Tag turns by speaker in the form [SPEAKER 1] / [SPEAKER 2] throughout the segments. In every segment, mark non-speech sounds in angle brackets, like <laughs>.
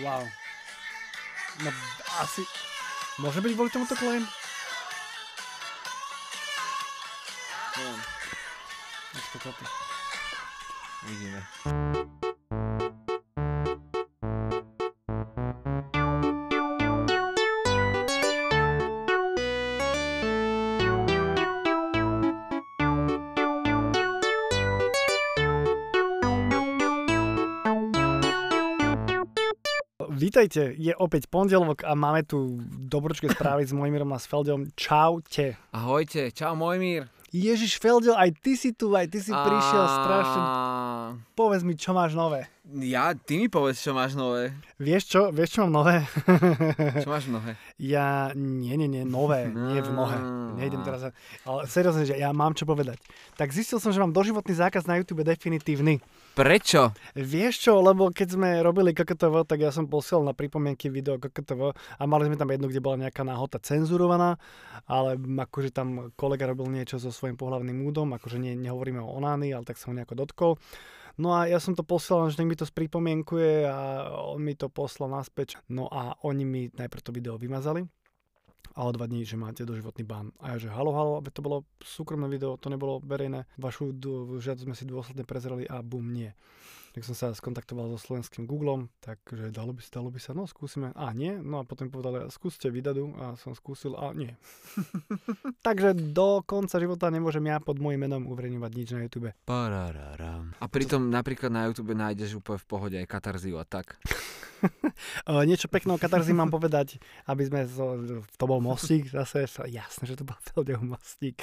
[SPEAKER 1] Wow. No asi... Môže byť kvôli tomuto claim?
[SPEAKER 2] Neviem,
[SPEAKER 1] Už to toto.
[SPEAKER 2] uvidíme.
[SPEAKER 1] Vítajte, je opäť pondelok a máme tu dobročké správy s Mojmirom a s Feldom. Čaute.
[SPEAKER 2] Ahojte, čau Mojmír.
[SPEAKER 1] Ježiš Feldel, aj ty si tu, aj ty si prišiel strašne. Povedz mi, čo máš nové.
[SPEAKER 2] Ja, ty mi povedz, čo máš nové.
[SPEAKER 1] Vieš čo? Vieš čo mám nové?
[SPEAKER 2] Čo
[SPEAKER 1] <laughs>
[SPEAKER 2] máš mnohé?
[SPEAKER 1] ja, nie, nie, nie, nové, nie v mnohé. Nejdem teraz, ale seriózne, že ja mám čo povedať. Tak zistil som, že mám doživotný zákaz na YouTube definitívny.
[SPEAKER 2] Prečo?
[SPEAKER 1] Vieš čo, lebo keď sme robili KKTV, tak ja som posielal na pripomienky video KKTV a mali sme tam jednu, kde bola nejaká náhota cenzurovaná, ale akože tam kolega robil niečo so svojím pohľavným údom, akože nie, nehovoríme o onány, ale tak som ho nejako dotkol. No a ja som to poslal, že nech mi to spripomienkuje a on mi to poslal naspäť. No a oni mi najprv to video vymazali a o dva dní, že máte doživotný bán. A ja že halo, halo, aby to bolo súkromné video, to nebolo verejné. Vašu dô- žiadosť sme si dôsledne prezreli a bum, nie. Tak som sa skontaktoval so slovenským Googlem, takže dalo by sa, dalo by sa, no skúsime. A nie, no a potom povedali, skúste vydadu a som skúsil a nie. takže do konca života nemôžem ja pod môjim menom uverejňovať nič na YouTube. E,
[SPEAKER 2] Parararam. A pritom napríklad na YouTube nájdeš úplne v pohode aj katarziu a tak.
[SPEAKER 1] Uh, niečo pekné o katarzy mám povedať, aby sme... So, to bol mostík zase. sa- Jasné, že to bol Feldov mostík.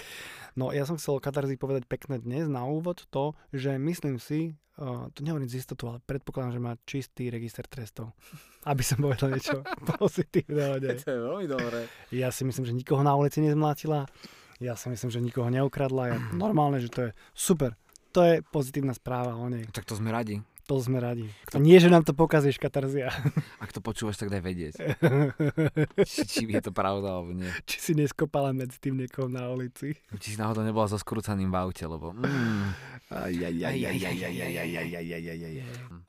[SPEAKER 1] No ja som chcel o katarzy povedať pekné dnes na úvod to, že myslím si, uh, to nehovorím z istotu, ale predpokladám, že má čistý register trestov. Aby som povedal niečo pozitívne o
[SPEAKER 2] <laughs>
[SPEAKER 1] nej.
[SPEAKER 2] je veľmi dobré.
[SPEAKER 1] Ja si myslím, že nikoho na ulici nezmlátila. Ja si myslím, že nikoho neukradla. Je normálne, že to je super. To je pozitívna správa o nej.
[SPEAKER 2] Tak to sme radi.
[SPEAKER 1] To sme radi. A nie, že nám to pokazíš, katarzia.
[SPEAKER 2] Ak to počúvaš, tak daj vedieť, či, či je to pravda alebo nie.
[SPEAKER 1] <laughs> či si neskopala medzi tým niekoho na ulici.
[SPEAKER 2] Či si náhodou nebola so skrúcaným v aute, lebo... Mm,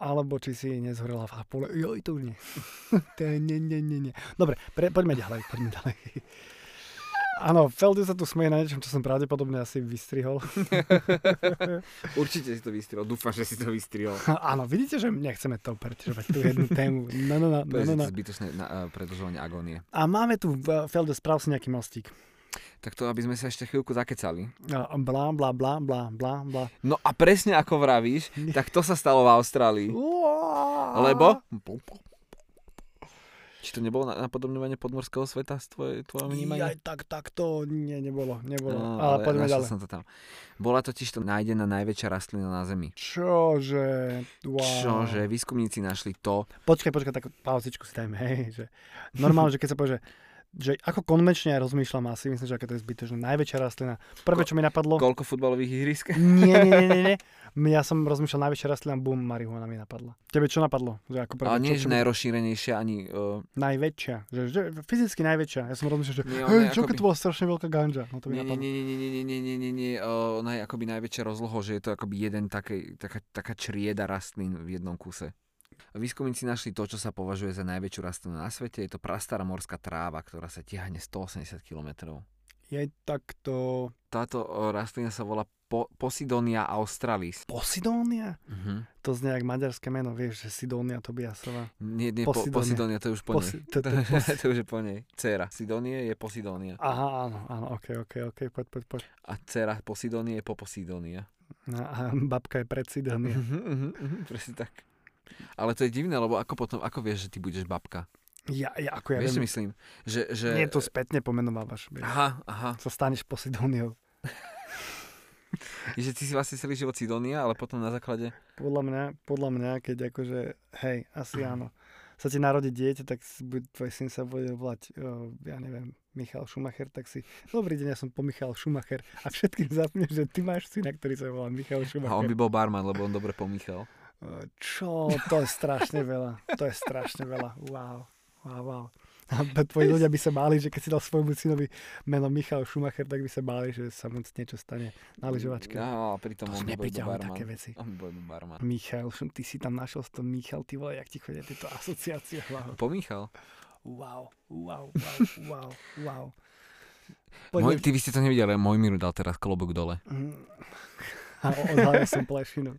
[SPEAKER 1] Alebo či si nezhorela v Apule. Joj, to už nie. <laughs> to je, nie, nie, nie, nie. Dobre, pre, poďme ďalej, poďme ďalej. Áno, Feldy sa tu smeje na niečom, čo som pravdepodobne asi vystrihol.
[SPEAKER 2] určite si to vystrihol, dúfam, že si to vystrihol.
[SPEAKER 1] <laughs> Áno, vidíte, že nechceme to perčovať, tú jednu tému. No, no, no, no, no, no.
[SPEAKER 2] Zbytočné na, eh, predĺžovanie agónie.
[SPEAKER 1] A máme tu, v- Feldo, sprav si nejaký mostík. E,
[SPEAKER 2] Tak to, aby sme sa ešte chvíľku zakecali.
[SPEAKER 1] A Blá, blá, blá, blá, blá, blá.
[SPEAKER 2] No a presne ako vravíš, tak to sa stalo v Austrálii. Lebo... Či to nebolo na- napodobňovanie podmorského sveta z tvoje, tvojho vnímania?
[SPEAKER 1] Aj tak, tak to nie, nebolo, nebolo.
[SPEAKER 2] No,
[SPEAKER 1] ale,
[SPEAKER 2] ale
[SPEAKER 1] poďme
[SPEAKER 2] našiel
[SPEAKER 1] ďalej.
[SPEAKER 2] som to tam. Bola totiž to nájdená najväčšia rastlina na Zemi.
[SPEAKER 1] Čože, wow.
[SPEAKER 2] Čože, výskumníci našli to.
[SPEAKER 1] Počkaj, počkaj, tak pauzičku si dajme, <laughs> hej, že normálne, že keď sa povie, že, že ako konvenčne ja rozmýšľam asi, myslím, že aké to je zbytočné, najväčšia rastlina. Prvé, čo mi napadlo,
[SPEAKER 2] Koľko futbalových ihrisk?
[SPEAKER 1] nie, nie, nie, nie, nie. M- Ja som rozmýšľal najväčšia rastlina, bum, marihuana mi napadla. Tebe čo napadlo? Že ako prvé,
[SPEAKER 2] Ale nie,
[SPEAKER 1] čo, čo,
[SPEAKER 2] že
[SPEAKER 1] by-
[SPEAKER 2] najrozšírenejšia ani... Uh,
[SPEAKER 1] najväčšia, že, že, fyzicky najväčšia. Ja som rozmýšľal, že
[SPEAKER 2] Nie, ona
[SPEAKER 1] hej,
[SPEAKER 2] je
[SPEAKER 1] čo
[SPEAKER 2] akoby-
[SPEAKER 1] keď to bola strašne veľká ganža. No to mi
[SPEAKER 2] nie, nie,
[SPEAKER 1] napadlo.
[SPEAKER 2] nie, nie, nie, nie, nie, nie, nie, nie, uh, ona je akoby najväčšia rozloho, že je to akoby jeden také, taká, taká črieda rastlín v jednom kuse. Výskumníci našli to, čo sa považuje za najväčšiu rastlinu na svete. Je to prastará morská tráva, ktorá sa tiahne 180 kilometrov.
[SPEAKER 1] Je takto
[SPEAKER 2] Táto o, rastlina sa volá po- Posidonia australis.
[SPEAKER 1] Posidónia?
[SPEAKER 2] Uh-huh.
[SPEAKER 1] To znie jak maďarské meno, vieš, že Sidónia Tobiasová.
[SPEAKER 2] Nie, nie, Posidonia. Po,
[SPEAKER 1] Posidonia.
[SPEAKER 2] Posidonia, to je už po nej. <laughs>
[SPEAKER 1] Posi- to, to, je pos-
[SPEAKER 2] to už je po nej. Cera Sidonie je Posidonia.
[SPEAKER 1] Aha, áno, áno, ok, ok, ok, poď, poď, poď.
[SPEAKER 2] A dcera Posidonie je Poposidonia.
[SPEAKER 1] No, a babka je pred Sidónia.
[SPEAKER 2] Uh-huh, uh-huh, presne tak. Ale to je divné, lebo ako potom, ako vieš, že ty budeš babka?
[SPEAKER 1] Ja, ja ako ja
[SPEAKER 2] Ja vieš, čo
[SPEAKER 1] viem,
[SPEAKER 2] myslím? Že, že...
[SPEAKER 1] nie to spätne pomenovávaš. Vieš.
[SPEAKER 2] Aha, aha.
[SPEAKER 1] Sa staneš Posidóniou.
[SPEAKER 2] Je, že ty si vlastne celý život Sidonia, ale potom na základe...
[SPEAKER 1] Podľa mňa, podľa mňa, keď akože, hej,
[SPEAKER 2] Mhm.
[SPEAKER 1] asi áno, sa ti narodí dieťa, tak si bude- tvoj syn sa bude volať, eh, ja neviem, Michal Schumacher, tak si, dobrý deň, ja som po Michal Schumacher a všetkým zapne, že ty máš syna, ktorý sa volá Michal
[SPEAKER 2] A on by
[SPEAKER 1] Schumacher. E,
[SPEAKER 2] bol barman, lebo on dobre pomýchal.
[SPEAKER 1] Eh, Čo? To je strašne veľa. To je strašne veľa. Wow. Wow, wow. A pe- tvoji
[SPEAKER 2] <laughs>
[SPEAKER 1] ľudia by sa báli, že keď si dal svojmu synovi meno Michal Schumacher, tak by sa báli, že sa mu niečo stane na lyžovačke.
[SPEAKER 2] No, a pritom
[SPEAKER 1] to
[SPEAKER 2] on
[SPEAKER 1] sú
[SPEAKER 2] bol iba
[SPEAKER 1] nepriťahujú
[SPEAKER 2] barman.
[SPEAKER 1] také veci.
[SPEAKER 2] On bol iba barman.
[SPEAKER 1] Michal, <laughs> všem, ty si tam našiel to Michal, ty vole, jak ti chodia tieto asociácie v hlave.
[SPEAKER 2] Pomíchal.
[SPEAKER 1] Wow, wow, wow, wow, wow.
[SPEAKER 2] Môj,
[SPEAKER 1] Poďme.
[SPEAKER 2] ty by ste to nevideli, ale Mojmír dal teraz klobúk dole.
[SPEAKER 1] Mm. A o- odhalil som plešinu.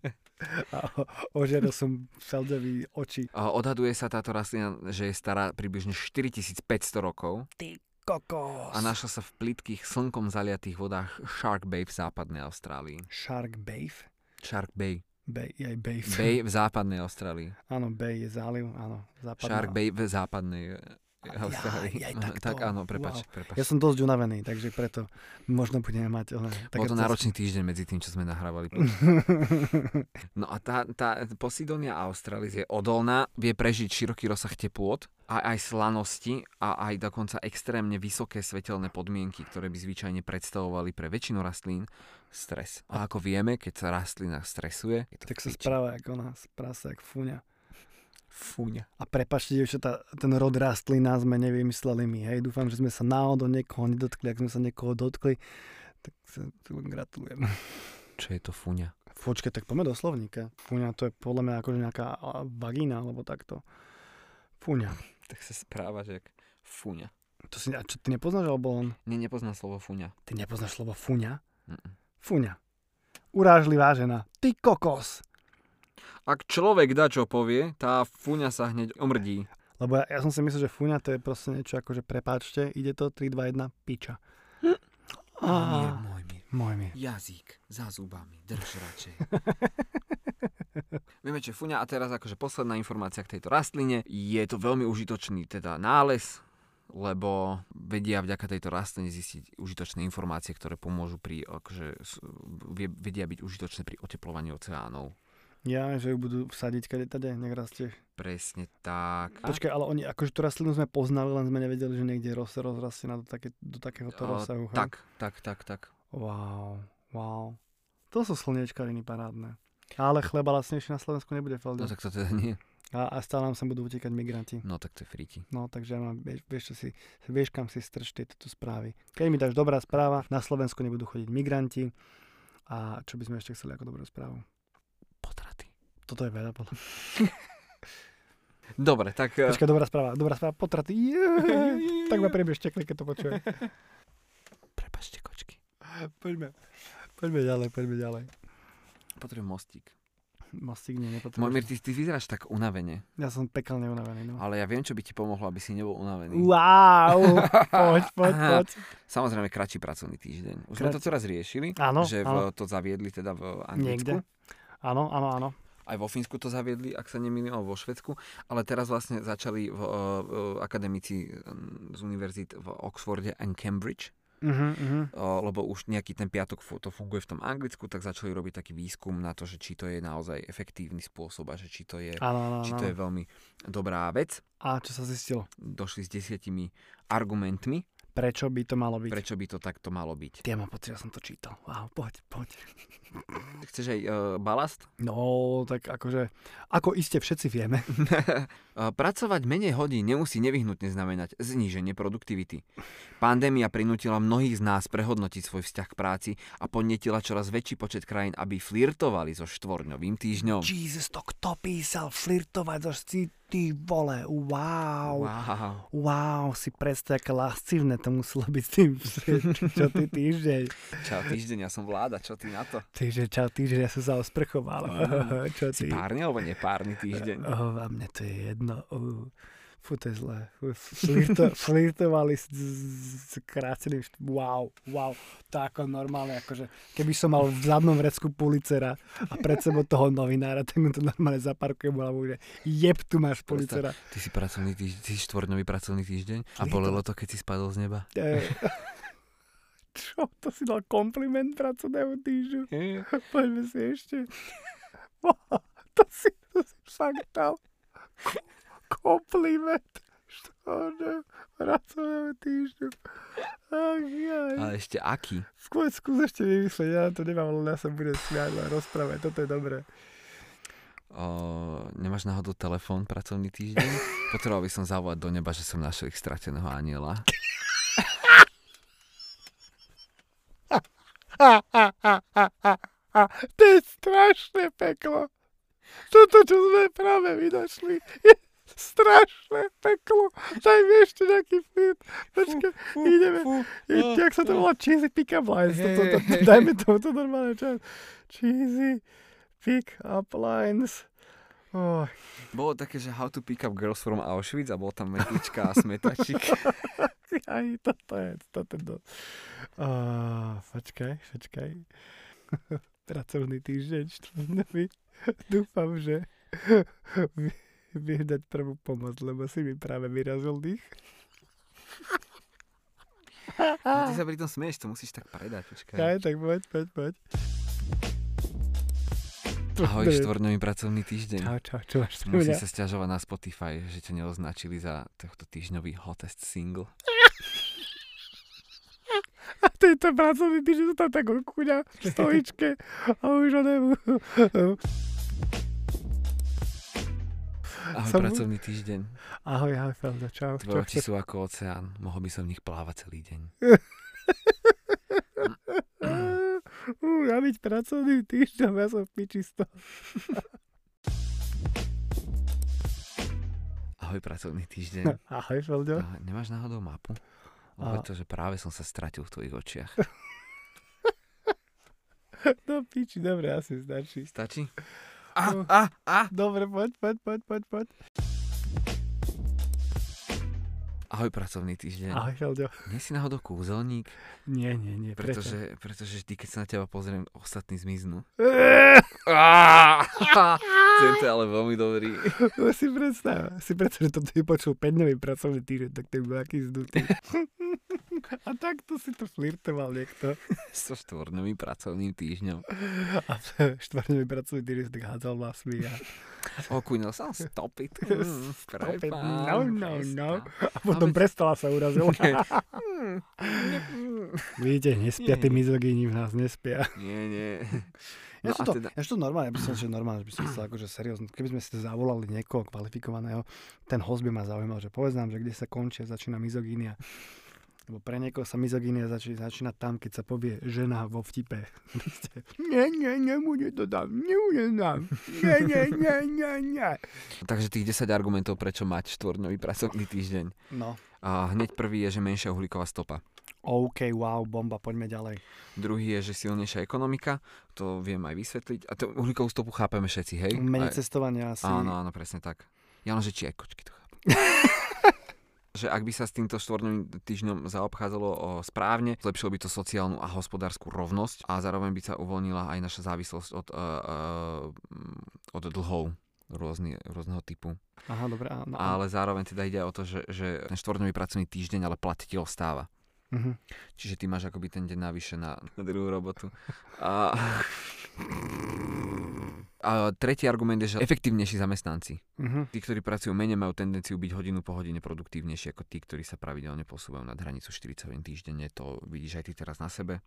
[SPEAKER 1] A o- ožiadal som Feldovi oči.
[SPEAKER 2] A Odhaduje sa táto rastlina, že je stará približne 4500 rokov
[SPEAKER 1] Ty kokos.
[SPEAKER 2] a našla sa v plitkých, slnkom zaliatých vodách Shark Bay v západnej Austrálii.
[SPEAKER 1] Shark Bave?
[SPEAKER 2] Shark Bay.
[SPEAKER 1] Bay, aj Bave.
[SPEAKER 2] Bay v západnej Austrálii.
[SPEAKER 1] Áno, Bay je záliv, áno. Západná.
[SPEAKER 2] Shark Bay v západnej e,
[SPEAKER 1] Aj,
[SPEAKER 2] Austrálii.
[SPEAKER 1] aj takto.
[SPEAKER 2] tak áno, prepač. prepač.
[SPEAKER 1] Ja som dosť unavený, takže preto možno budeme mať... Ona,
[SPEAKER 2] Bol to náročný týždeň medzi tým, čo
[SPEAKER 1] <laughs>
[SPEAKER 2] sme nahrávali. No a tá, tá Posidonia australis je odolná, vie prežiť široký rozsah teplôt a aj slanosti a aj dokonca extrémne vysoké svetelné podmienky, ktoré by zvyčajne predstavovali pre väčšinu rastlín stres. A ako vieme, keď sa rastlina stresuje, je to
[SPEAKER 1] tak sa
[SPEAKER 2] piči.
[SPEAKER 1] správa ako ona, správa sa ako fúňa.
[SPEAKER 2] Fúňa.
[SPEAKER 1] A prepačte, dievčatá, ten rod rastlina sme nevymysleli my, hej. Dúfam, že sme sa náhodou niekoho nedotkli. Ak sme sa niekoho dotkli, tak sa tu gratulujem.
[SPEAKER 2] Čo je to fúňa?
[SPEAKER 1] Počkaj, tak poďme do slovníka. Fúňa to je podľa mňa akože nejaká a, vagína, alebo takto. Fúňa.
[SPEAKER 2] Tak sa správa, že jak fúňa.
[SPEAKER 1] To si, a čo, ty nepoznáš, alebo on?
[SPEAKER 2] Nie, nepoznám slovo fúňa.
[SPEAKER 1] Ty nepoznáš slovo fúňa?
[SPEAKER 2] Mm-mm.
[SPEAKER 1] Fúňa. Urážlivá žena. Ty kokos.
[SPEAKER 2] Ak človek da čo povie, tá fúňa sa hneď omrdí.
[SPEAKER 1] Lebo ja, ja som si myslel, že fúňa to je proste niečo ako, že prepáčte, ide to 3, 2, 1, piča. Á,
[SPEAKER 2] môj mir.
[SPEAKER 1] Môj mi.
[SPEAKER 2] Jazyk za zubami, drž
[SPEAKER 1] <laughs>
[SPEAKER 2] radšej. Vieme, čo je fuňa a teraz akože posledná informácia k tejto rastline. Je to veľmi užitočný teda nález, lebo vedia vďaka tejto rastline zistiť užitočné informácie, ktoré pomôžu pri, akože, s- vie- vedia byť užitočné pri oteplovaní oceánov.
[SPEAKER 1] Ja, že ju budú sadiť kade tade, nech rastie.
[SPEAKER 2] Presne tak.
[SPEAKER 1] Počkaj, ale oni, akože tú rastlinu sme poznali, len sme nevedeli, že niekde roz, rozrastie na do, také, do takéhoto
[SPEAKER 2] A,
[SPEAKER 1] rozsahu. hej?
[SPEAKER 2] Tak, tak, tak, tak.
[SPEAKER 1] Wow, wow. To sú slniečkariny parádne. Ale chleba lacnejšie na Slovensku nebude,
[SPEAKER 2] No
[SPEAKER 1] Feldo.
[SPEAKER 2] tak to teda nie.
[SPEAKER 1] A, a stále nám sem budú utekať migranti.
[SPEAKER 2] No tak to je fríky.
[SPEAKER 1] No, takže ja mám, vieš, vieš, čo si, vieš, kam si strč tieto tu správy. Keď mi dáš dobrá správa, na Slovensku nebudú chodiť migranti. A čo by sme ešte chceli ako dobrú správu?
[SPEAKER 2] Potraty.
[SPEAKER 1] Toto je veľa, podľa mňa.
[SPEAKER 2] Dobre, tak... e, <laughs>
[SPEAKER 1] Počkaj, dobrá správa, dobrá správa, potraty. Yeah. tak ma priebež čekli, keď to počuje.
[SPEAKER 2] Prepačte, kočky.
[SPEAKER 1] <laughs> poďme, poďme ďalej, poďme ďalej.
[SPEAKER 2] Potrebujem mostík.
[SPEAKER 1] Mostík nie, nepotrebujem.
[SPEAKER 2] Mojmir, ty, ty vyzeráš tak unavene.
[SPEAKER 1] Ja som pekelne unavený, no.
[SPEAKER 2] Ale ja viem, čo by ti pomohlo, aby si nebol unavený. <laughs>
[SPEAKER 1] Wow, poď, poď,
[SPEAKER 2] Aha.
[SPEAKER 1] poď.
[SPEAKER 2] Samozrejme, kratší pracovný týždeň. Už sme
[SPEAKER 1] Krat-
[SPEAKER 2] to teraz riešili,
[SPEAKER 1] Áno,
[SPEAKER 2] že
[SPEAKER 1] áno,
[SPEAKER 2] v, to zaviedli teda v Anglicku.
[SPEAKER 1] niekde. Áno, áno, áno.
[SPEAKER 2] Aj vo Fínsku to zaviedli, ak sa nemýlim, alebo vo Švedsku. Ale teraz vlastne začali v, v, akademici mm, z univerzít v Oxforde and Cambridge
[SPEAKER 1] Uh-huh, uh-huh.
[SPEAKER 2] O, lebo už nejaký ten piatok fu- to funguje v tom Anglicku, tak začali robiť taký výskum na to, že či to je naozaj efektívny spôsob a že či to je,
[SPEAKER 1] Áno, áno,
[SPEAKER 2] či
[SPEAKER 1] áno.
[SPEAKER 2] to je veľmi dobrá vec.
[SPEAKER 1] A čo sa zistilo?
[SPEAKER 2] Došli s desiatimi argumentmi,
[SPEAKER 1] Prečo by to malo byť?
[SPEAKER 2] prečo by to takto malo byť.
[SPEAKER 1] Téma, pocit, ja som to čítal. Wow, poď, poď.
[SPEAKER 2] Chceš aj e, balast?
[SPEAKER 1] No, tak akože, ako iste všetci vieme.
[SPEAKER 2] E, Pracovať menej hodín nemusí nevyhnutne znamenať zníženie produktivity. Pandémia prinútila mnohých z nás prehodnotiť svoj vzťah k práci a podnetila čoraz väčší počet krajín, aby flirtovali so štvorňovým týždňom.
[SPEAKER 1] Jesus, to kto písal flirtovať so si ty vole, wow. wow.
[SPEAKER 2] Wow.
[SPEAKER 1] Wow, si predstav, aké lascivné to muselo byť s tým, že- čo ty týždeň.
[SPEAKER 2] Čau týždeň, ja som vláda, čo ty na to?
[SPEAKER 1] Týždeň, čau týždeň, ja som sa osprchoval. <laughs> čo
[SPEAKER 2] Si
[SPEAKER 1] ty?
[SPEAKER 2] párny alebo nepárny týždeň?
[SPEAKER 1] Oh, a mne to je jedno. Uh, fú, to je zlé. Fú, Flirto, flirtovali s, s, s kráceným št- Wow, wow. To ako normálne, akože keby som mal v zadnom vrecku Pulicera a pred sebou toho novinára, tak mu to normálne zaparkujem hlavu, že jeb, tu máš Pulicera.
[SPEAKER 2] Ty si pracovný týždeň, ty si štvorňový pracovný týždeň a bolelo to, keď si spadol z neba?
[SPEAKER 1] E, <laughs> čo? To si dal kompliment pracovnému týždňu? Poďme si ešte. <laughs> Wow, to si, to si fakt dal. ko- Kompliment. Štorne, pracovnému týždňu. Ach, jaj.
[SPEAKER 2] Ale ešte aký?
[SPEAKER 1] Skôr skús ešte vymyslieť, ja to nemám, len ja sa budem smiať a rozprávať, toto je dobré.
[SPEAKER 2] O, nemáš náhodou telefón pracovný
[SPEAKER 1] <laughs>
[SPEAKER 2] týždeň? Potreboval by som zavolať do neba, že som našiel ich strateného aniela.
[SPEAKER 1] Ha, ha, ha, ha, ha, ha. To je strašné peklo. Toto, čo sme práve vynašli, je strašné peklo. Daj mi ešte nejaký film. Počkaj, <laughs> ideme. I- Jak sa to volá? Cheesy pick-up lines. To, to, to, to, dajme to, to normálne čas. Cheesy pick-up lines. Oh,
[SPEAKER 2] Bolo také, že how to pick up girls from Auschwitz a bol tam metlička a
[SPEAKER 1] <laughs>
[SPEAKER 2] smetačik.
[SPEAKER 1] aj toto je, toto je do... Uh, počkaj, počkaj. <laughs> Pracovný týždeň, štvrtnový. Dúfam, že <laughs> vie- vieš dať prvú pomoc, lebo si mi práve vyrazil dých.
[SPEAKER 2] No, ty sa pri tom smieš, to musíš tak predať. Počkaj.
[SPEAKER 1] Aj, tak poď, poď, poď.
[SPEAKER 2] Ahoj, štvornový pracovný týždeň.
[SPEAKER 1] Čau, čau, čo máš pre
[SPEAKER 2] Musím
[SPEAKER 1] mňa?
[SPEAKER 2] sa stiažovať na Spotify, že ťa neoznačili za tohto týždňový hottest single.
[SPEAKER 1] A <laughs> to je ten pracovný týždeň, to tam tak kuňa v stoličke a už ho
[SPEAKER 2] <laughs>
[SPEAKER 1] nebu.
[SPEAKER 2] Ahoj,
[SPEAKER 1] Som-
[SPEAKER 2] pracovný týždeň.
[SPEAKER 1] Ahoj, ahoj, Felda, čau.
[SPEAKER 2] Tvoje
[SPEAKER 1] čo
[SPEAKER 2] oči
[SPEAKER 1] chceš?
[SPEAKER 2] sú ako oceán, mohol by som v nich plávať celý deň.
[SPEAKER 1] <laughs> Ú, ja byť pracovný týždeň, ja som v piči z toho.
[SPEAKER 2] Ahoj, pracovný
[SPEAKER 1] <laughs>
[SPEAKER 2] týždeň.
[SPEAKER 1] Ahoj, Feldo.
[SPEAKER 2] A nemáš náhodou mapu?
[SPEAKER 1] A-
[SPEAKER 2] Lebo to, že práve som sa stratil v tvojich očiach.
[SPEAKER 1] No piči, dobre, asi stačí.
[SPEAKER 2] Stačí?
[SPEAKER 1] A,
[SPEAKER 2] a, a.
[SPEAKER 1] Dobre, poď, poď, poď, poď, poď.
[SPEAKER 2] Ahoj, pracovný týždeň.
[SPEAKER 1] Ahoj, Feldo.
[SPEAKER 2] Nie si náhodou kúzelník?
[SPEAKER 1] Nie, nie, nie, prečo?
[SPEAKER 2] Pretože, pretože vždy, keď sa na teba pozriem, ostatní zmiznú.
[SPEAKER 1] Eee,
[SPEAKER 2] <laughs> Tento je ale veľmi dobrý.
[SPEAKER 1] <laughs>
[SPEAKER 2] <laughs>
[SPEAKER 1] no si predstav, si predstav, že toto je počul 5 dňový pracovný týždeň, tak to je bol aký zdutý. A takto si to flirtoval niekto.
[SPEAKER 2] So štvornovým pracovným týždňom.
[SPEAKER 1] A štvrňový pracovný týždeň si tak hádzal vlasmi a,
[SPEAKER 2] Okúňal
[SPEAKER 1] <laughs>
[SPEAKER 2] som Mm, stopy.
[SPEAKER 1] Stop it. No, no, no. a potom
[SPEAKER 2] Ale-
[SPEAKER 1] prestala sa urazil.
[SPEAKER 2] <laughs>
[SPEAKER 1] Vidíte, nespia tí
[SPEAKER 2] Nie.
[SPEAKER 1] mizogíni v nás, nespia.
[SPEAKER 2] Nie, nie. <laughs>
[SPEAKER 1] Ja, no
[SPEAKER 2] No a
[SPEAKER 1] to,
[SPEAKER 2] teda,
[SPEAKER 1] ja som to normálne, ja by som že normálne, že by som myslel akože seriózne. Keby sme si zavolali niekoho kvalifikovaného, ten host by ma zaujímal, že povedz nám, že kde sa končí a začína mizogínia. Lebo pre niekoho sa mizogínia zači- začína tam, keď sa povie žena vo vtipe. <laughs> Proste, nie, nie, nebude to tam, nebude tam, nie, nie, nie, nie, nie.
[SPEAKER 2] takže tých 10 argumentov, prečo mať štvornový pracovný týždeň.
[SPEAKER 1] No,
[SPEAKER 2] A hneď prvý je, že menšia uhlíková stopa.
[SPEAKER 1] OK, wow, bomba, poďme ďalej.
[SPEAKER 2] Druhý je, že silnejšia ekonomika, to viem aj vysvetliť. A to uhlíkovú stopu chápeme všetci, hej?
[SPEAKER 1] Menej
[SPEAKER 2] Aj-
[SPEAKER 1] cestovania asi.
[SPEAKER 2] Áno, áno, presne tak. Ja len, že či aj kočky to chápu. že ak by sa s týmto štvorným týždňom zaobchádzalo o, správne, zlepšilo by to sociálnu a hospodárskú rovnosť a zároveň by sa uvoľnila aj naša závislosť od, uh, uh, od dlhov rôzny, rôzneho typu.
[SPEAKER 1] Aha, dobre, áno.
[SPEAKER 2] Ale zároveň teda ide aj o to, že, že ten štvornový pracovný týždeň, ale platiteľ stáva.
[SPEAKER 1] Mhm.
[SPEAKER 2] Čiže ty máš akoby ten deň navyše na, na druhú robotu. A... A tretí argument je, že efektívnejší zamestnanci.
[SPEAKER 1] Mhm.
[SPEAKER 2] Tí, ktorí pracujú menej, majú tendenciu byť hodinu po hodine produktívnejší ako tí, ktorí sa pravidelne posúvajú nad hranicu 40 hodín týždenne. To vidíš aj ty teraz na sebe.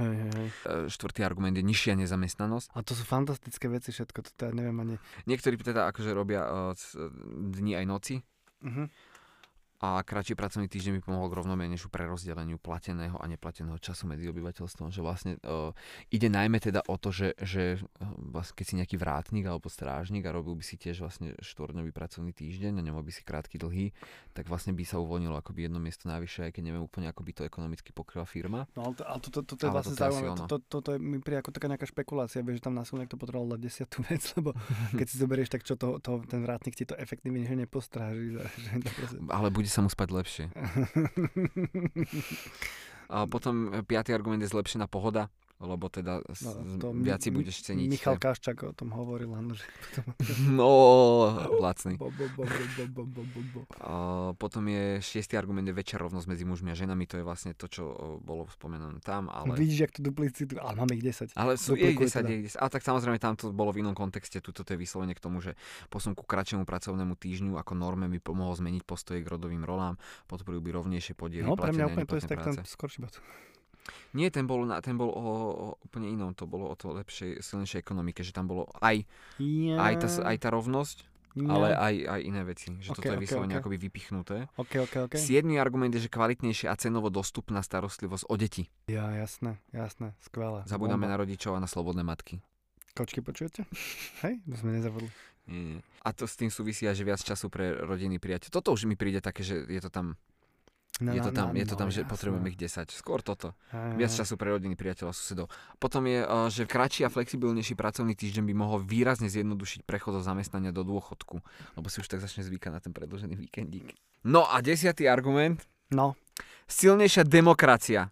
[SPEAKER 1] Hej, hej, hej.
[SPEAKER 2] E, štvrtý argument je nižšia nezamestnanosť.
[SPEAKER 1] A to sú fantastické veci všetko, to teda neviem ani...
[SPEAKER 2] Niektorí teda akože robia e, c- dni aj noci
[SPEAKER 1] Mhm.
[SPEAKER 2] a kratší pracovný týždeň by pomohol k rovnomernejšiu prerozdeleniu plateného a neplateného času medzi obyvateľstvom, že vlastne e, ide najmä teda o to, že, že e, vlastne keď si nejaký vrátnik alebo strážnik a robil by si tiež vlastne štvorňový pracovný týždeň a nemal by si krátky dlhý, tak vlastne by sa uvoľnilo akoby jedno miesto navyše, aj keď neviem úplne, ako by to ekonomicky pokryla firma.
[SPEAKER 1] No ale to, ale to, to, toto je
[SPEAKER 2] Ale
[SPEAKER 1] vlastne
[SPEAKER 2] toto je asi
[SPEAKER 1] zaujímavé.
[SPEAKER 2] ono.
[SPEAKER 1] Toto to, to, to mi príde ako taká nejaká špekulácia, vieš, že tam násilne niekto potreboval dať desiatú vec, <laughs>
[SPEAKER 2] <laughs>
[SPEAKER 1] lebo keď si zoberieš, tak čo to, to ten vrátnik ti to efektívne že nepostráži. Že, <laughs> že to proste...
[SPEAKER 2] Ale bude sa mu spať lepšie. A potom e, piatý argument je zlepšená pohoda, lebo teda
[SPEAKER 1] No,
[SPEAKER 2] no,
[SPEAKER 1] to Mi-
[SPEAKER 2] viac si
[SPEAKER 1] Mi-
[SPEAKER 2] budeš ceniť.
[SPEAKER 1] Michal Kaščák o tom hovoril, áno, že...
[SPEAKER 2] No, <laughs> lacný.
[SPEAKER 1] Bo, bo, bo, bo, bo, bo, bo, bo.
[SPEAKER 2] A potom je šiestý argument je väčšia rovnosť medzi mužmi a ženami, to je vlastne to, čo o, bolo spomenané tam, ale...
[SPEAKER 1] Vidíš, jak to duplicitu, ale máme ich 10.
[SPEAKER 2] Ale sú, je ich
[SPEAKER 1] duplikuje
[SPEAKER 2] 10,
[SPEAKER 1] teda.
[SPEAKER 2] je ich 10. A tak samozrejme tam to bolo v inom kontexte, tuto to je vyslovene k tomu, že posun ku kratšiemu pracovnému týždňu ako norme by pomohol zmeniť postoje k rodovým rolám, podporil by rovnejšie podiely
[SPEAKER 1] No, pre mňa
[SPEAKER 2] platenej a
[SPEAKER 1] úplne to je
[SPEAKER 2] neplatnej
[SPEAKER 1] tak ten
[SPEAKER 2] práce.
[SPEAKER 1] skorší bod.
[SPEAKER 2] Nie, ten bol, na, ten bol o, o úplne inom, to bolo o to lepšej, silnejšej ekonomike, že tam bolo aj,
[SPEAKER 1] Ja,
[SPEAKER 2] aj, tá, aj tá rovnosť, ale
[SPEAKER 1] ja.
[SPEAKER 2] aj, aj iné veci. Že
[SPEAKER 1] Mm. Ok,
[SPEAKER 2] toto je
[SPEAKER 1] ok,
[SPEAKER 2] vyslovene
[SPEAKER 1] ok.
[SPEAKER 2] akoby vypichnuté.
[SPEAKER 1] OK, OK, OK.
[SPEAKER 2] Siedmy argument je, že kvalitnejšia a cenovo dostupná starostlivosť o deti.
[SPEAKER 1] Ja, jasné, jasné, skvelé.
[SPEAKER 2] Zabudáme
[SPEAKER 1] Bomba.
[SPEAKER 2] na rodičov a na slobodné matky.
[SPEAKER 1] Kočky počujete? Hej, to sme nezabudli.
[SPEAKER 2] Nie, nie. A to s tým súvisí aj, že viac času pre rodiny prijať. Toto už mi príde také, že je to tam,
[SPEAKER 1] No,
[SPEAKER 2] je to tam, je to tam že potrebujeme ich 10. Skôr toto. Viac času pre rodiny, priateľov a susedov. Potom je, eh, že kratší a flexibilnejší pracovný týždeň by mohol výrazne zjednodušiť prechod zo zamestnania do dôchodku, lebo si už tak začne zvykať na ten predložený víkendík. No a desiatý argument,
[SPEAKER 1] No.
[SPEAKER 2] silnejšia demokracia.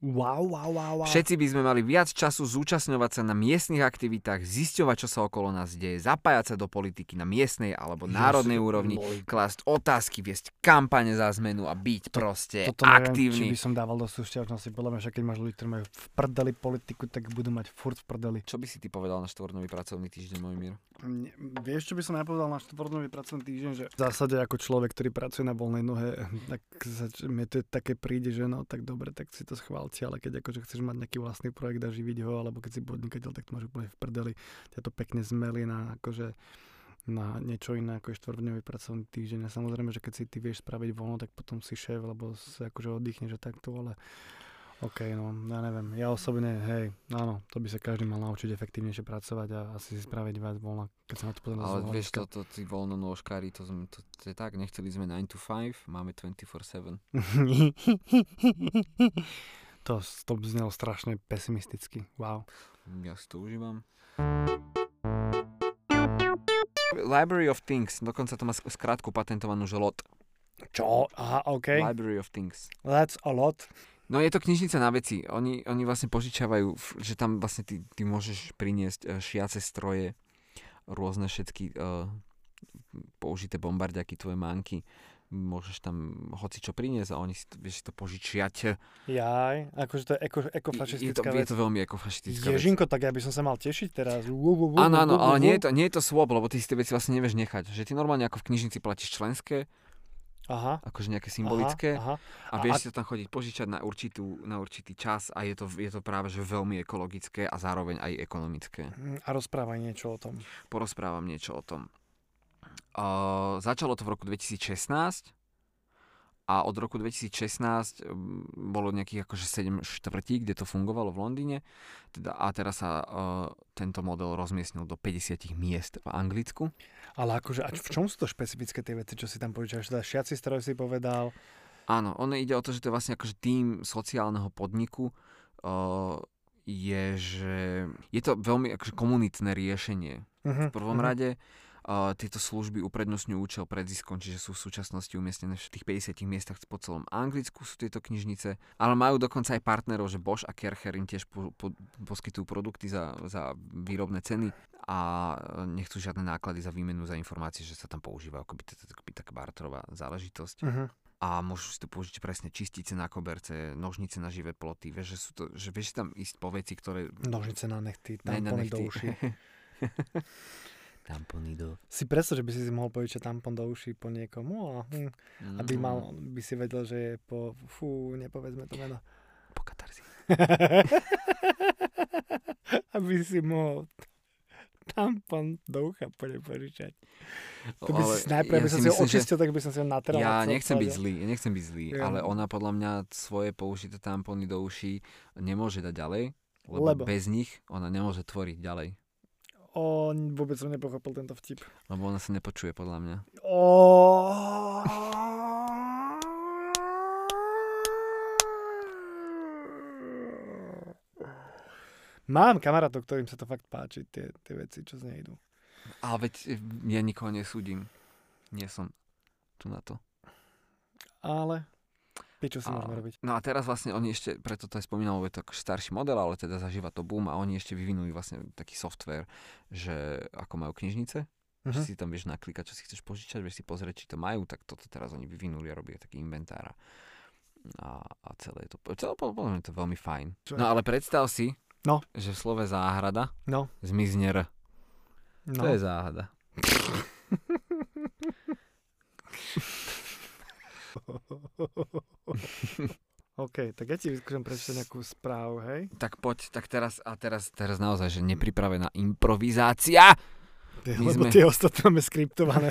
[SPEAKER 1] Wow, wow, wow, wow.
[SPEAKER 2] Všetci by sme mali viac času zúčastňovať sa na miestnych aktivitách, zisťovať, čo sa okolo nás deje, zapájať sa do politiky na miestnej alebo
[SPEAKER 1] Ježiš,
[SPEAKER 2] národnej úrovni,
[SPEAKER 1] boli-
[SPEAKER 2] klásť otázky, viesť kampane za zmenu a byť proste
[SPEAKER 1] Toto neviem, či
[SPEAKER 2] aktívny.
[SPEAKER 1] by som dával do súšťažnosti. Podľa mňa, že keď máš ľudí, ktorí majú v prdeli politiku, tak budú mať furt v prdeli.
[SPEAKER 2] Čo by si ty povedal na štvornový pracovný týždeň, Mojmír?
[SPEAKER 1] Ne- Vieš, čo by som ja povedal na štvordnový pracovný týždeň, že v zásade ako človek, ktorý pracuje na voľnej nohe, <laughs> tak sa, mi to také príde, že no tak dobre, tak si to schválte, ale keď akože chceš mať nejaký vlastný projekt a živiť ho, alebo keď si podnikateľ, tak to máš úplne v prdeli. Ťa to pekne zmeli na akože na niečo iné ako je štvordňový pracovný týždeň. A samozrejme, že keď si ty vieš spraviť voľno, tak potom si šéf, lebo sa akože oddychneš a takto, ale OK, no ja neviem. Ja osobne, hej, áno, to by sa každý mal naučiť efektívnejšie pracovať a asi si spraviť viac voľna, keď sa na to pozrieme. z
[SPEAKER 2] Ale
[SPEAKER 1] toho
[SPEAKER 2] vieš,
[SPEAKER 1] hľadiska.
[SPEAKER 2] toto tí voľnonôžkári, to, sme- to, to je tak, nechceli sme 9 to 5, máme 24-7.
[SPEAKER 1] <laughs> to, to znelo strašne pesimisticky. Wow.
[SPEAKER 2] Ja si to užívam. Library of Things, dokonca to má sk- skrátku patentovanú, že LOT.
[SPEAKER 1] Čo? Aha, OK.
[SPEAKER 2] Library of Things.
[SPEAKER 1] That's a lot.
[SPEAKER 2] No je to knižnica na veci. Oni, oni vlastne požičiavajú, f- že tam vlastne ty, ty môžeš priniesť e, šiace stroje, rôzne všetky uh, použité bombardiaky, tvoje manky. Môžeš tam hoci čo priniesť a oni si to, vieš si to požičiať.
[SPEAKER 1] Jaj, akože to je eko,
[SPEAKER 2] Je to,
[SPEAKER 1] ekofašistická
[SPEAKER 2] je
[SPEAKER 1] vec.
[SPEAKER 2] to veľmi ako fašistická vec.
[SPEAKER 1] Ježinko, tak ja by som sa mal tešiť teraz. Ú, ú, ú,
[SPEAKER 2] Áno, áno,
[SPEAKER 1] ú, ú,
[SPEAKER 2] ale
[SPEAKER 1] ú.
[SPEAKER 2] nie je, to, nie je to swap, lebo ty si tie veci vlastne nevieš nechať. Že ty normálne ako v knižnici platíš členské,
[SPEAKER 1] Aha.
[SPEAKER 2] akože nejaké symbolické
[SPEAKER 1] Aha, aha.
[SPEAKER 2] a
[SPEAKER 1] A-
[SPEAKER 2] vieš
[SPEAKER 1] a-
[SPEAKER 2] si to tam chodiť požičať na, určitú, na určitý čas a je to, je to práve že veľmi ekologické a zároveň aj ekonomické.
[SPEAKER 1] Mm, A rozprávaj niečo o tom.
[SPEAKER 2] Porozprávam niečo o tom. Uh, začalo to v roku 2016 a od roku 2016 um, bolo nejakých akože 7 štvrtí, kde to fungovalo v Londýne teda, a teraz sa uh, tento model rozmiestnil do 50 miest v Anglicku.
[SPEAKER 1] Ale akože, a v čom sú to špecifické tie veci, čo si tam požičaš? Teda šiaci stroj si povedal.
[SPEAKER 2] Áno, ono ide o to, že to je vlastne akože tým sociálneho podniku uh, je, že je to veľmi akože komunitné riešenie.
[SPEAKER 1] Uh-huh.
[SPEAKER 2] V prvom rade uh, tieto služby uprednostňujú účel pred ziskom, čiže sú v súčasnosti umiestnené v tých 50 miestach po celom Anglicku sú tieto knižnice, ale majú dokonca aj partnerov, že Bosch a Kercher im tiež po, po, poskytujú produkty za, za výrobné ceny a eh, nechcú žiadne náklady za výmenu za informácie, že sa tam používa akoby t- t- akoby taká barterová záležitosť
[SPEAKER 1] Uh-huh.
[SPEAKER 2] a môžu si to použiť presne čistice na koberce, nožnice na živé ploty, vieš, že, sú to, že vieš tam ísť po veci, ktoré...
[SPEAKER 1] Nožnice na nechty,
[SPEAKER 2] Ne, na
[SPEAKER 1] Mm, tampony do
[SPEAKER 2] nechty.
[SPEAKER 1] uší.
[SPEAKER 2] <laughs> Tampony do...
[SPEAKER 1] Si predstav, že by si si mohol požičať tampon do uší po niekomu a, hm, aby
[SPEAKER 2] Mm,
[SPEAKER 1] mal, by si vedel, že je po... Fú, nepovedzme to
[SPEAKER 2] <laughs>
[SPEAKER 1] meno.
[SPEAKER 2] No, Po katarzii.
[SPEAKER 1] aby si mohol tampon do ucha po nej požičať. To by
[SPEAKER 2] Ale
[SPEAKER 1] si najprv, aby
[SPEAKER 2] ja
[SPEAKER 1] som
[SPEAKER 2] si
[SPEAKER 1] si ho
[SPEAKER 2] myslím, že-
[SPEAKER 1] očistil, tak by som si ho natrel. na
[SPEAKER 2] Ja
[SPEAKER 1] celom
[SPEAKER 2] nechcem byť
[SPEAKER 1] tváde.
[SPEAKER 2] zlý, ja nechcem byť zlý,
[SPEAKER 1] Ja.
[SPEAKER 2] ale ona podľa mňa svoje použité tampony do uší nemôže dať ďalej, lebo,
[SPEAKER 1] Lebo?
[SPEAKER 2] bez nich ona nemôže tvoriť ďalej.
[SPEAKER 1] O, vôbec som nepochopil tento vtip.
[SPEAKER 2] Lebo ona sa nepočuje, podľa mňa.
[SPEAKER 1] O... Mám kamarátov, ktorým sa to fakt páči, tie, tie veci, čo z nej idú.
[SPEAKER 2] Ale veď eh, ja nikoho nesúdim. Nie som tu na to.
[SPEAKER 1] Ale... Piču si
[SPEAKER 2] A-
[SPEAKER 1] môžeme robiť.
[SPEAKER 2] No a teraz vlastne oni ešte, preto to aj spomínal, lebo je to akože starší model, ale teda zažíva to boom a oni ešte vyvinuli vlastne taký software, že ako majú knižnice, že
[SPEAKER 1] Mhm.
[SPEAKER 2] si tam vieš naklikať, čo si chceš požičať, vieš si pozrieť, či to majú, tak toto teraz oni vyvinuli a robia taký inventár a, a celé je to, celé podľa podľa mňa je to veľmi fajn.
[SPEAKER 1] Čo je?
[SPEAKER 2] No ale predstav si,
[SPEAKER 1] No.
[SPEAKER 2] že v slove záhrada
[SPEAKER 1] No.
[SPEAKER 2] zmizne R.
[SPEAKER 1] No.
[SPEAKER 2] To je záhada.
[SPEAKER 1] <laughs> OK, tak ja ti vyskúšam prečítať nejakú správu, hej?
[SPEAKER 2] Tak poď, tak teraz, a teraz, teraz naozaj, že nepripravená improvizácia,
[SPEAKER 1] Tie,
[SPEAKER 2] My
[SPEAKER 1] lebo
[SPEAKER 2] sme-
[SPEAKER 1] tie ostatné máme skriptované.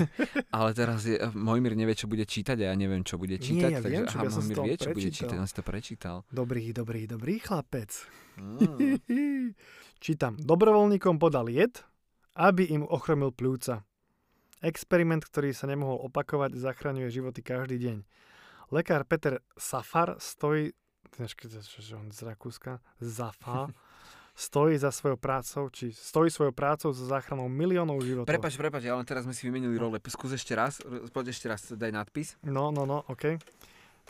[SPEAKER 2] ale teraz je, Mojmir nevie, čo bude čítať a ja neviem, čo bude čítať,
[SPEAKER 1] ja
[SPEAKER 2] takže
[SPEAKER 1] viem, čo
[SPEAKER 2] aha,
[SPEAKER 1] by- ja som si
[SPEAKER 2] Mojmir
[SPEAKER 1] to
[SPEAKER 2] vie, čo bude
[SPEAKER 1] prečítal.
[SPEAKER 2] čítať, on si to prečítal.
[SPEAKER 1] Dobrý, dobrý, dobrý chlapec. <laughs>
[SPEAKER 2] Mm.
[SPEAKER 1] Čítam. Dobrovoľníkom podal jed, aby im ochromil pľúca. Experiment, ktorý sa nemohol opakovať, zachraňuje životy každý deň. Lekár Peter Safar stojí... Tiežky, to- čo- čo on z Rakúska? Zafa. Stojí za svojou prácou, či stojí svojou prácou za záchranou miliónov životov.
[SPEAKER 2] <laughs> Prepač, prepač, ale teraz sme si vymenili role. Skús ešte raz, r- poď ešte raz, daj nadpis.
[SPEAKER 1] <laughs> No, no, no, OK.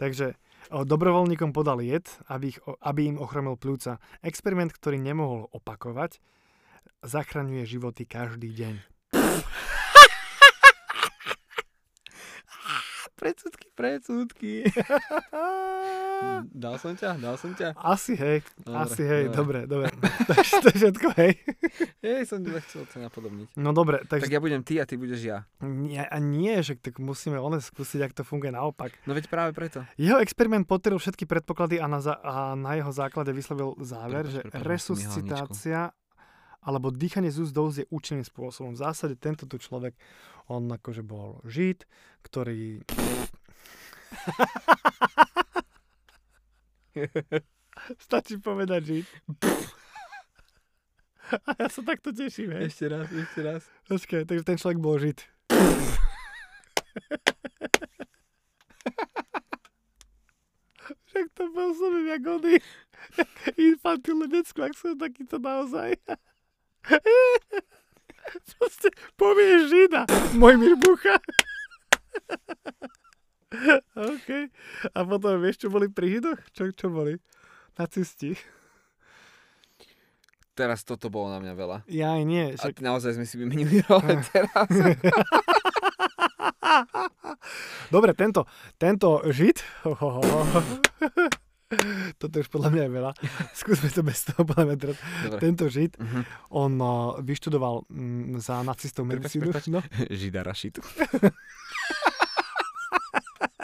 [SPEAKER 1] Takže o, dobrovoľníkom podal jed, aby, ich, o- aby im ochromil pľúca. Experiment, ktorý nemohol opakovať, zachraňuje životy každý deň.
[SPEAKER 2] Predsudky, predsudky. Mm, dal som ťa, dal som ťa.
[SPEAKER 1] Asi hej,
[SPEAKER 2] Dobre,
[SPEAKER 1] asi hej,
[SPEAKER 2] dobre.
[SPEAKER 1] dobre, dobre. <laughs> takže to je všetko, hej.
[SPEAKER 2] Jej, som to chcel to napodobniť.
[SPEAKER 1] No dobre,
[SPEAKER 2] Tak
[SPEAKER 1] takže
[SPEAKER 2] ja budem ty a ty budeš ja.
[SPEAKER 1] nie, a nie, že tak musíme one skúsiť, ak to funguje naopak.
[SPEAKER 2] No veď práve preto.
[SPEAKER 1] Jeho experiment potvrdil všetky predpoklady a na, za, a na jeho základe vyslovil záver,
[SPEAKER 2] Prepáč,
[SPEAKER 1] že
[SPEAKER 2] prepáč, musím
[SPEAKER 1] resuscitácia alebo dýchanie z úst do úst je účinným spôsobom. V zásade tento tu človek, on akože bol žid, ktorý... Stačí povedať žid. a ja sa takto teším, hej.
[SPEAKER 2] Ešte raz, ešte raz.
[SPEAKER 1] Počkaj, takže ten človek bol žid. <laughs> Však to pôsobím jak ony. <laughs> Infantilné decko, ak som takýto naozaj. <laughs> Proste povieš žida. Môj mi bucha. <laughs> OK. A potom vieš, čo boli pri židoch? Čo, čo boli? Nacisti.
[SPEAKER 2] Teraz toto bolo na mňa veľa.
[SPEAKER 1] Ja aj nie.
[SPEAKER 2] A
[SPEAKER 1] Však...
[SPEAKER 2] naozaj sme si vymenili
[SPEAKER 1] <laughs>
[SPEAKER 2] role <laughs> teraz.
[SPEAKER 1] Dobre, tento, tento žid, <laughs> toto už podľa mňa je veľa, skúsme to bez toho, podľa mňa teraz.
[SPEAKER 2] Dobre.
[SPEAKER 1] Tento žid, <laughs>
[SPEAKER 2] Mhm.
[SPEAKER 1] on uh, vyštudoval mm, za nacistov
[SPEAKER 2] Prepač,
[SPEAKER 1] medicínu.
[SPEAKER 2] prepač.
[SPEAKER 1] No,
[SPEAKER 2] Žida Rašid.
[SPEAKER 1] No,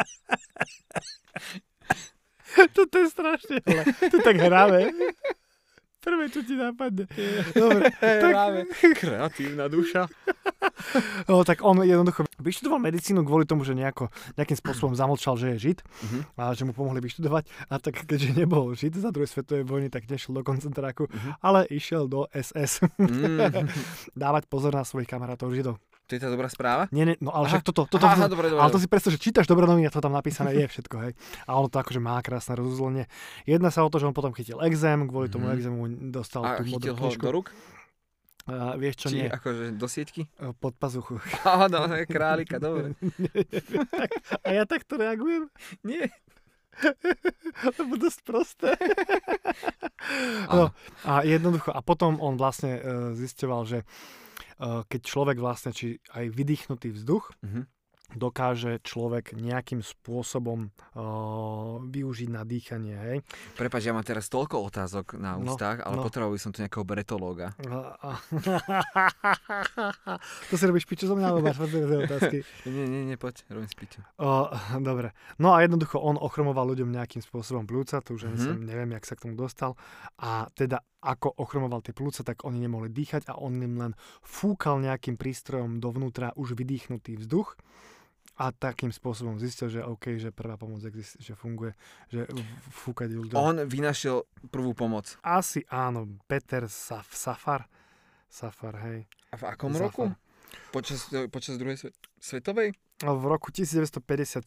[SPEAKER 1] <laughs> toto je strašne, ale to tak hráme. Prvé, čo ti napadne.
[SPEAKER 2] <laughs>
[SPEAKER 1] Dobre, tak,
[SPEAKER 2] Kreatívna duša.
[SPEAKER 1] <laughs> no, tak on jednoducho vyštudoval medicínu kvôli tomu, že nejako, nejakým spôsobom zamlčal, že je žid
[SPEAKER 2] Mhm.
[SPEAKER 1] a že mu pomohli vyštudovať. A tak keďže nebol žid za druhej svetovej vojny, tak nešiel do koncentráku, ale išiel do SS.
[SPEAKER 2] mhm.
[SPEAKER 1] <laughs>
[SPEAKER 2] Mm.
[SPEAKER 1] dávať pozor na svojich kamarátov židov.
[SPEAKER 2] To je tá dobrá správa?
[SPEAKER 1] Nie, nie, no ale
[SPEAKER 2] Aha.
[SPEAKER 1] však toto, toto,
[SPEAKER 2] Aha,
[SPEAKER 1] toto
[SPEAKER 2] dobre, dobre.
[SPEAKER 1] ale to si predstav, že čítaš dobré noviny a to tam napísané je všetko, hej. A ono to akože má krásne rozuzlenie. Jedná sa o to, že on potom chytil exém, kvôli tomu
[SPEAKER 2] Mhm.
[SPEAKER 1] exému dostal
[SPEAKER 2] a
[SPEAKER 1] tú modrú
[SPEAKER 2] chytil ho
[SPEAKER 1] knižku.
[SPEAKER 2] do rúk?
[SPEAKER 1] A vieš čo,
[SPEAKER 2] Či
[SPEAKER 1] nie,
[SPEAKER 2] akože do sieťky?
[SPEAKER 1] e, pod pazuchu.
[SPEAKER 2] <laughs>
[SPEAKER 1] <laughs>
[SPEAKER 2] Áno, to je králika, dobre.
[SPEAKER 1] A ja takto reagujem, <laughs>
[SPEAKER 2] Nie.
[SPEAKER 1] lebo dosť
[SPEAKER 2] <laughs>
[SPEAKER 1] prosté. No, a jednoducho, a potom on vlastne e, zisťoval, že e, keď človek vlastne, či aj vydýchnutý vzduch,
[SPEAKER 2] Mhm.
[SPEAKER 1] dokáže človek nejakým spôsobom uh, využiť na dýchanie. Hej? <laughs>
[SPEAKER 2] Prepač, ja mám teraz toľko otázok na
[SPEAKER 1] No,
[SPEAKER 2] ústach, ale
[SPEAKER 1] no.
[SPEAKER 2] potreboval by som tu nejakého bretológa.
[SPEAKER 1] A- a- to si robíš piču zo mňa, alebo máš fantazijné otázky. <laughs>
[SPEAKER 2] Nie, nie, nie, poď, robím spíte.
[SPEAKER 1] O, dobre. No a jednoducho on ochromoval ľuďom nejakým spôsobom plúca, to už
[SPEAKER 2] Mhm.
[SPEAKER 1] mm-hmm. som, neviem, jak sa k tomu dostal. A teda ako ochromoval tie plúca, tak oni nemohli dýchať a on im len fúkal nejakým prístrojom dovnútra už vydýchnutý vzduch a takým spôsobom zistil, že OK, že prvá pomoc exist- že funguje, že v- fúkať ľuďom.
[SPEAKER 2] On vynašiel prvú pomoc.
[SPEAKER 1] Asi áno, Peter Saf, Safar. Safar, hej.
[SPEAKER 2] A v akom
[SPEAKER 1] Zafar.
[SPEAKER 2] roku? Počas, počas druhej svet- svetovej?
[SPEAKER 1] No, V roku 1957.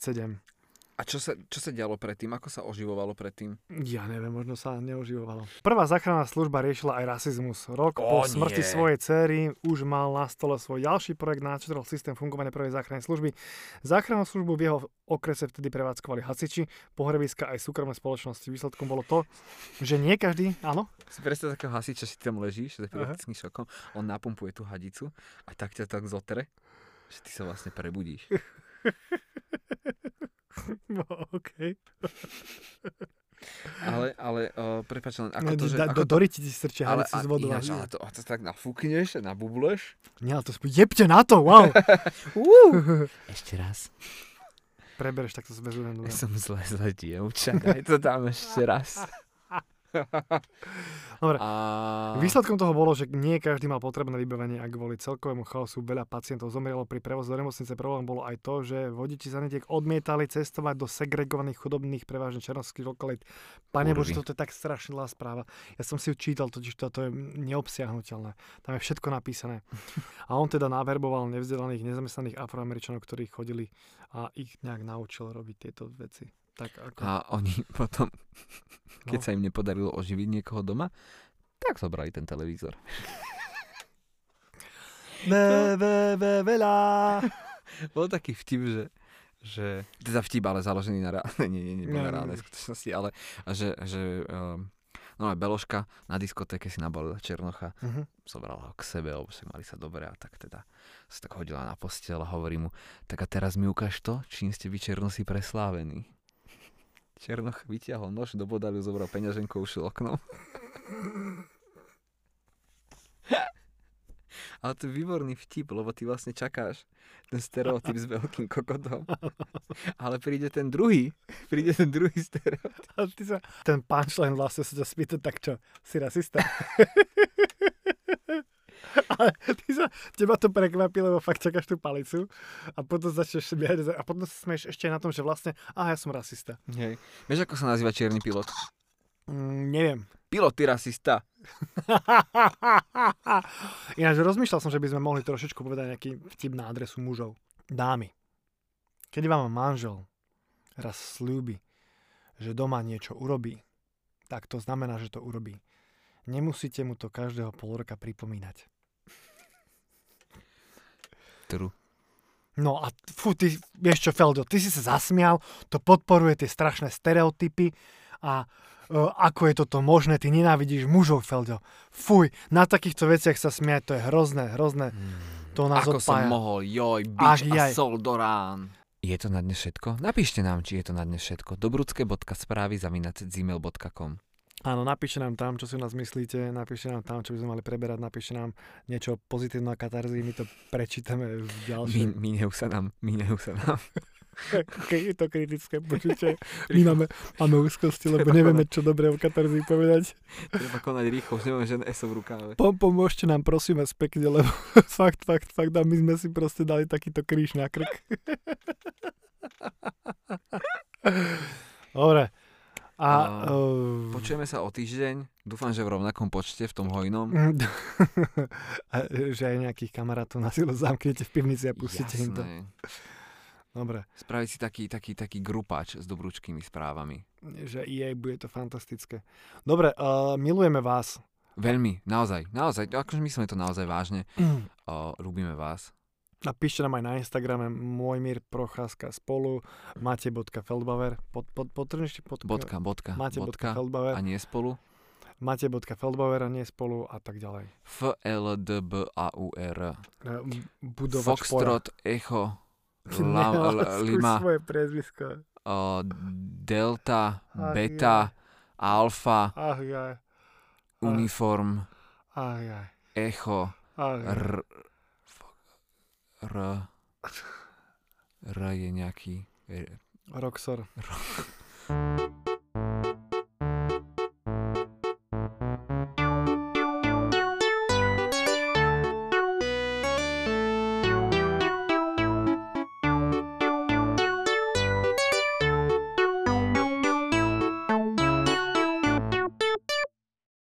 [SPEAKER 2] A čo sa, čo sa dialo predtým? Ako sa oživovalo predtým?
[SPEAKER 1] Ja neviem, možno sa neoživovalo. Prvá záchranná služba riešila aj rasizmus. Rok
[SPEAKER 2] O,
[SPEAKER 1] po smrti
[SPEAKER 2] nie.
[SPEAKER 1] svojej cery už mal na stole svoj ďalší projekt na systém fungovania prvej záchrannej služby. Záchrannú službu v jeho okrese vtedy prevádzkovali hasiči, pohrebiska aj súkromné spoločnosti. Výsledkom bolo to, že nie každý, áno,
[SPEAKER 2] Si predstav takého hasiča, si tam ležíš s
[SPEAKER 1] Aha.
[SPEAKER 2] epileptickým šokom, on napumpuje tú hadicu a tak ťa tak zotre, že ty sa vlastne prebudíš.
[SPEAKER 1] no, OK.
[SPEAKER 2] Ale, ale, uh, prepáč, len ako
[SPEAKER 1] No,
[SPEAKER 2] to, že...
[SPEAKER 1] da,
[SPEAKER 2] Ako
[SPEAKER 1] do,
[SPEAKER 2] to,
[SPEAKER 1] Doriti ti strčia
[SPEAKER 2] ale,
[SPEAKER 1] hadicu
[SPEAKER 2] a,
[SPEAKER 1] z vodou.
[SPEAKER 2] ináč, ale to, a to tak nafúkneš, nabubleš. <laughs>
[SPEAKER 1] Nie, ale to spôj, jebte na to, wow.
[SPEAKER 2] Uh! Ešte raz.
[SPEAKER 1] prebereš takto zmezujem.
[SPEAKER 2] Ja som zle zle dievča, daj to tam ešte raz.
[SPEAKER 1] <laughs> Dobre.
[SPEAKER 2] A...
[SPEAKER 1] Výsledkom toho bolo, že nie každý mal potrebné vybavenie a kvôli celkovému chaosu veľa pacientov zomrelo pri prevozu do nemocnice. Problém bolo aj to, že vodiči zanetiek odmietali cestovať do segregovaných chudobných, prevažne černovských lokalít. Pane
[SPEAKER 2] Kurvy.
[SPEAKER 1] Bože, toto je tak strašne zlá správa. Ja som si ju čítal, totiž toto je neobsiahnutelné. Tam je všetko napísané. A on teda naverboval nevzdelaných, nezamestnaných afroameričanov, ktorí chodili a ich nejak naučil robiť tieto veci. Tak ako...
[SPEAKER 2] A oni <laughs> potom, keď
[SPEAKER 1] No.
[SPEAKER 2] sa im nepodarilo oživiť niekoho doma, tak zobrali ten televízor.
[SPEAKER 1] Ve, ve, ve, veľa.
[SPEAKER 2] Bol taký vtip, že že, teda vtip, ale založený na reálnej, nie, nie, nie, bol
[SPEAKER 1] Ne,
[SPEAKER 2] na
[SPEAKER 1] ne,
[SPEAKER 2] reálnej
[SPEAKER 1] ne.
[SPEAKER 2] skutočnosti, ale a že, že um, no aj Beloška na diskotéke si nabalila Černocha,
[SPEAKER 1] Mhm.
[SPEAKER 2] zobrala ho k sebe, lebo sa mali sa dobre a tak teda sa tak hodila na postel a hovorí mu, tak a teraz mi ukáž to, čím ste vy Černosi preslávení. <laughs> Černoch vyťahol nož, do bodaliu zobral peňaženku, ušiel oknom. <laughs> Ale to je výborný vtip, lebo ty vlastne čakáš ten stereotyp s veľkým <laughs> kokodom. Ale príde ten druhý, príde ten druhý stereotyp.
[SPEAKER 1] A ty sa, ten punchline vlastne sa ťa spýta, tak čo, si rasista? Ale ty sa, teba to prekvapí, lebo fakt čakáš tú palicu a potom začneš smiať a potom sa smeješ ešte aj na tom, že vlastne, aha, ja som rasista.
[SPEAKER 2] Hej. Vieš, ako sa nazýva čierny pilot?
[SPEAKER 1] Mm, neviem.
[SPEAKER 2] Pilot, ty rasista.
[SPEAKER 1] <laughs> Ináč rozmýšľal som, že by sme mohli trošičku povedať nejaký vtip na adresu mužov. Dámy, keď vám manžel raz slúbi, že doma niečo urobí, tak to znamená, že to urobí. Nemusíte mu to každého pol roka pripomínať.
[SPEAKER 2] True.
[SPEAKER 1] No a fú, ty, vieš čo, Feldo, ty si sa zasmial, to podporuje tie strašné stereotypy a e, ako je toto možné, ty nenávidíš mužov, Feldo. Fuj, na takýchto veciach sa smiať, to je hrozné, hrozné.
[SPEAKER 2] Mm.
[SPEAKER 1] To nás
[SPEAKER 2] Ako som
[SPEAKER 1] odpája.
[SPEAKER 2] mohol, joj,
[SPEAKER 1] Ach,
[SPEAKER 2] bič
[SPEAKER 1] jaj.
[SPEAKER 2] a sol do rán. Je to na dnes všetko? Napíšte nám, či je to na dnes všetko. Dobrudské.správy zaminať gmail.com
[SPEAKER 1] Áno, napíšte nám tam, čo si o nás myslíte, napíšte nám tam, čo by sme mali preberať, napíšte nám niečo pozitívne o katarzii, my to prečítame v
[SPEAKER 2] Mi-
[SPEAKER 1] ďalšom.
[SPEAKER 2] Míňajú sa nám, míňajú sa nám.
[SPEAKER 1] <laughs>
[SPEAKER 2] <laughs>
[SPEAKER 1] Je to kritické počutie. My máme, máme
[SPEAKER 2] <laughs>
[SPEAKER 1] úzkosti, lebo nevieme, čo dobre o katarzii povedať.
[SPEAKER 2] Treba konať rýchlo, už nemám žiadne ESO v rukáve.
[SPEAKER 1] Pom, pomôžte nám, prosím vás, pekne, lebo <laughs> fakt, fakt, fakt, a my sme si proste dali takýto kríž na
[SPEAKER 2] <laughs>
[SPEAKER 1] krk. Dobre. A...
[SPEAKER 2] No,
[SPEAKER 1] eh,
[SPEAKER 2] Počujeme sa o týždeň, dúfam, že v rovnakom počte, v tom
[SPEAKER 1] <laughs>
[SPEAKER 2] hojnom.
[SPEAKER 1] Mm, a e, že aj nejakých kamarátov na silu zamknete v pivnici a pustíte im to.
[SPEAKER 2] Jasné.
[SPEAKER 1] Dobre,
[SPEAKER 2] Spraviť si taký, taký, taký grupáč s dobrúčkými správami.
[SPEAKER 1] že EA bude to fantastické. Dobre, uh, milujeme vás.
[SPEAKER 2] Veľmi, naozaj, naozaj, akože myslíme to naozaj vážne. O, ľúbime vás.
[SPEAKER 1] Napíšte nám aj na Instagrame Môjmír Procházka spolu mate.feldbaver pod, pod, potrnšte pod,
[SPEAKER 2] Bodka, bodka,
[SPEAKER 1] Mate
[SPEAKER 2] bodka.
[SPEAKER 1] Feldbauer,
[SPEAKER 2] A nie spolu.
[SPEAKER 1] Mate bodka Feldbauer a nie spolu a tak ďalej.
[SPEAKER 2] F, L, D, B, A, U, R.
[SPEAKER 1] Eh, Budovač <laughs> pora.
[SPEAKER 2] Foxtrot, Echo,
[SPEAKER 1] Ne,
[SPEAKER 2] la,
[SPEAKER 1] ale
[SPEAKER 2] l,
[SPEAKER 1] skús
[SPEAKER 2] Lima,
[SPEAKER 1] svoje priezvisko.
[SPEAKER 2] o, Delta,
[SPEAKER 1] Ach,
[SPEAKER 2] Beta, Alfa,
[SPEAKER 1] Ach jaj,
[SPEAKER 2] Uniform,
[SPEAKER 1] ach jaj,
[SPEAKER 2] Echo,
[SPEAKER 1] ach jaj.
[SPEAKER 2] R, Fo- R, R je nejaký, R,
[SPEAKER 1] Roxor.